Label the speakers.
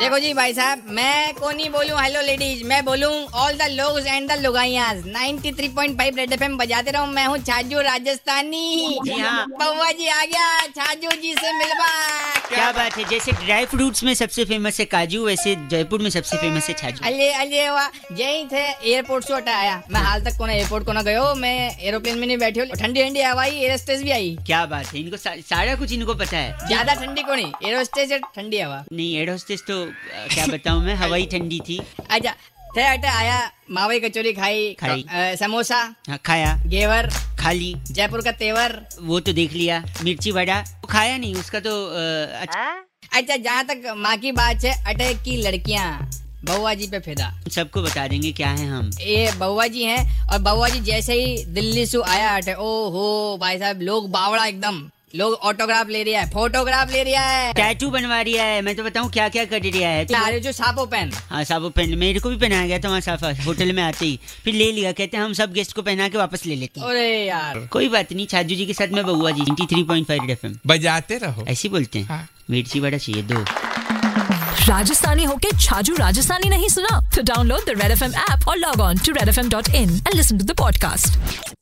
Speaker 1: देखो जी भाई साहब मैं को नहीं बोलूं हेलो लेडीज मैं बोलूं ऑल द लोग एंड द लुगाइयाज 93.5 रेड एफएम बजाते रहूं मैं हूं छाजू राजस्थानी
Speaker 2: जी हाँ।
Speaker 1: पौवा जी आ गया छाजू जी से मिलवा
Speaker 2: क्या बात है जैसे ड्राई फ्रूट्स में सबसे फेमस है काजू वैसे जयपुर में सबसे फेमस है छाजू
Speaker 1: अले अले वाह यही थे एयरपोर्ट से उठा आया मैं हाल तक को ना एयरपोर्ट को ना गयो मैं एरोप्लेन में नहीं बैठी हूँ ठंडी ठंडी हवा आई एयरस्टेज भी आई
Speaker 2: क्या बात है इनको सा, सारा कुछ इनको पता है
Speaker 1: ज्यादा ठंडी को नहीं एयरस्टेज ठंडी हवा
Speaker 2: नहीं एड होस्टेस तो अ, क्या बताऊं मैं हवाई ठंडी थी
Speaker 1: अच्छा थे अटे आया मावई कचौरी खाई
Speaker 2: खाई।
Speaker 1: अ, समोसा
Speaker 2: हाँ, खाया
Speaker 1: घेवर
Speaker 2: खा ली
Speaker 1: जयपुर का तेवर
Speaker 2: वो तो देख लिया मिर्ची वड़ा वो खाया नहीं उसका तो अ, अच्छा,
Speaker 1: अच्छा जहाँ तक माँ की बात है अटे की लड़कियाँ बउआ जी पे फिदा
Speaker 2: सबको बता देंगे क्या है हम
Speaker 1: ये बउआ जी हैं और बउआ जी जैसे ही दिल्ली से आया अटे ओ हो भाई साहब लोग बावड़ा एकदम लोग ऑटोग्राफ ले रहा है फोटोग्राफ ले रहा है
Speaker 2: टैटू बनवा रिया है मैं तो बताऊं क्या क्या कर रिया है तो-
Speaker 1: अरे जो सापो पेन
Speaker 2: हाँ साबो पहन मेरे को भी पहनाया गया था वहाँ साफा होटल में आते ही फिर ले लिया कहते हैं हम सब गेस्ट को पहना के वापस ले लेते हैं
Speaker 1: अरे यार
Speaker 2: कोई बात नहीं छाजू जी के साथ मैं Baua ji 93.5 three point five M
Speaker 3: बजाते रहो
Speaker 2: ऐसे ही बोलते हैं
Speaker 3: हाँ।
Speaker 2: मिर्ची बड़ा चाहिए दो
Speaker 4: राजस्थानी होके छाजू राजस्थानी नहीं सुना तो download the red F M app और log on to red F M dot in and listen to the podcast